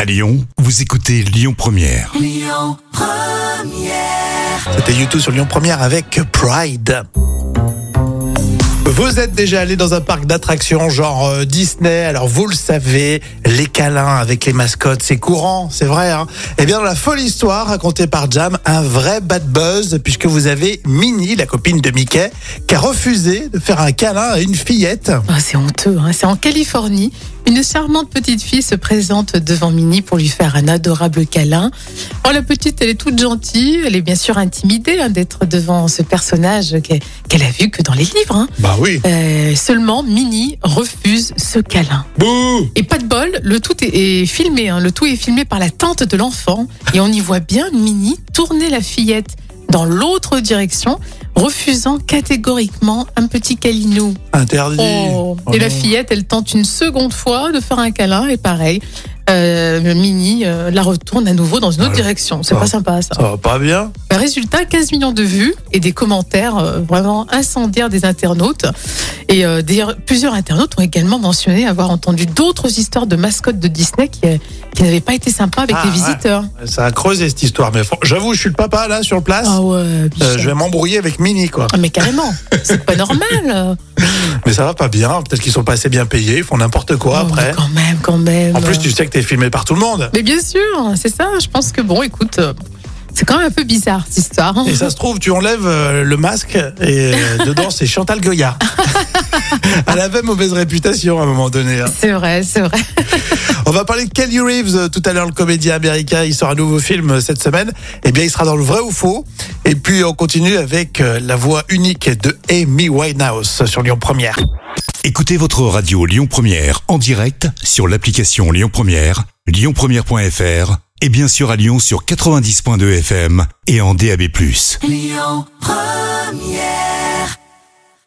À Lyon, vous écoutez Lyon Première. C'était YouTube sur Lyon Première avec Pride. Vous êtes déjà allé dans un parc d'attractions genre euh, Disney, alors vous le savez, les câlins avec les mascottes, c'est courant, c'est vrai. Hein eh bien, dans la folle histoire racontée par Jam, un vrai bad buzz, puisque vous avez Minnie, la copine de Mickey, qui a refusé de faire un câlin à une fillette. Ah, c'est honteux, hein. c'est en Californie. Une charmante petite fille se présente devant Minnie pour lui faire un adorable câlin. Alors, la petite, elle est toute gentille, elle est bien sûr intimidée hein, d'être devant ce personnage qu'elle qu'elle a vu que dans les livres. hein. Bah oui. Euh, seulement, Minnie refuse ce câlin. Bouh Et pas de bol, le tout est, est filmé. hein. Le tout est filmé par la tante de l'enfant. Et on y voit bien Minnie tourner la fillette dans l'autre direction, refusant catégoriquement un petit câlinou. Interdit. Oh. Oh Et la non. fillette, elle tente une seconde fois de faire un câlin. Et pareil, euh, Minnie euh, la retourne à nouveau dans une autre Ah, direction. C'est ça. pas sympa, ça. Ça va pas bien. Résultat, 15 millions de vues et des commentaires euh, vraiment incendiaires des internautes. Et euh, d'ailleurs, plusieurs internautes ont également mentionné avoir entendu d'autres histoires de mascottes de Disney qui, euh, qui n'avaient pas été sympas avec Ah, les ouais. visiteurs. Ça a creusé cette histoire, mais fran- j'avoue, je suis le papa là sur place. Ah ouais, Euh, Michel. je vais m'embrouiller avec Minnie quoi. Ah, mais carrément, c'est pas normal. Mais ça va pas bien. Peut-être qu'ils sont pas assez bien payés, ils font n'importe quoi Oh, mais après. Quand même, quand même. En plus, tu sais que t'es filmé par tout le monde. Mais bien sûr, c'est ça. Je pense que bon, écoute, euh, c'est quand même un peu bizarre cette histoire. hein. Et ça se trouve, tu enlèves euh, le masque et euh, dedans, c'est Chantal Goya. Elle avait mauvaise réputation à un moment donné. hein. C'est vrai, c'est vrai. On va parler de Kelly Reeves euh, tout à l'heure, le comédien américain. Il sort un nouveau film euh, cette semaine. Eh bien, il sera dans le vrai ou faux. Et puis, on continue avec euh, la voix unique de Amy Winehouse sur Lyon Première. Écoutez votre radio Lyon Première en direct sur l'application Lyon Première, lyonpremière.fr et bien sûr à Lyon sur 90.2 FM et en DAB+.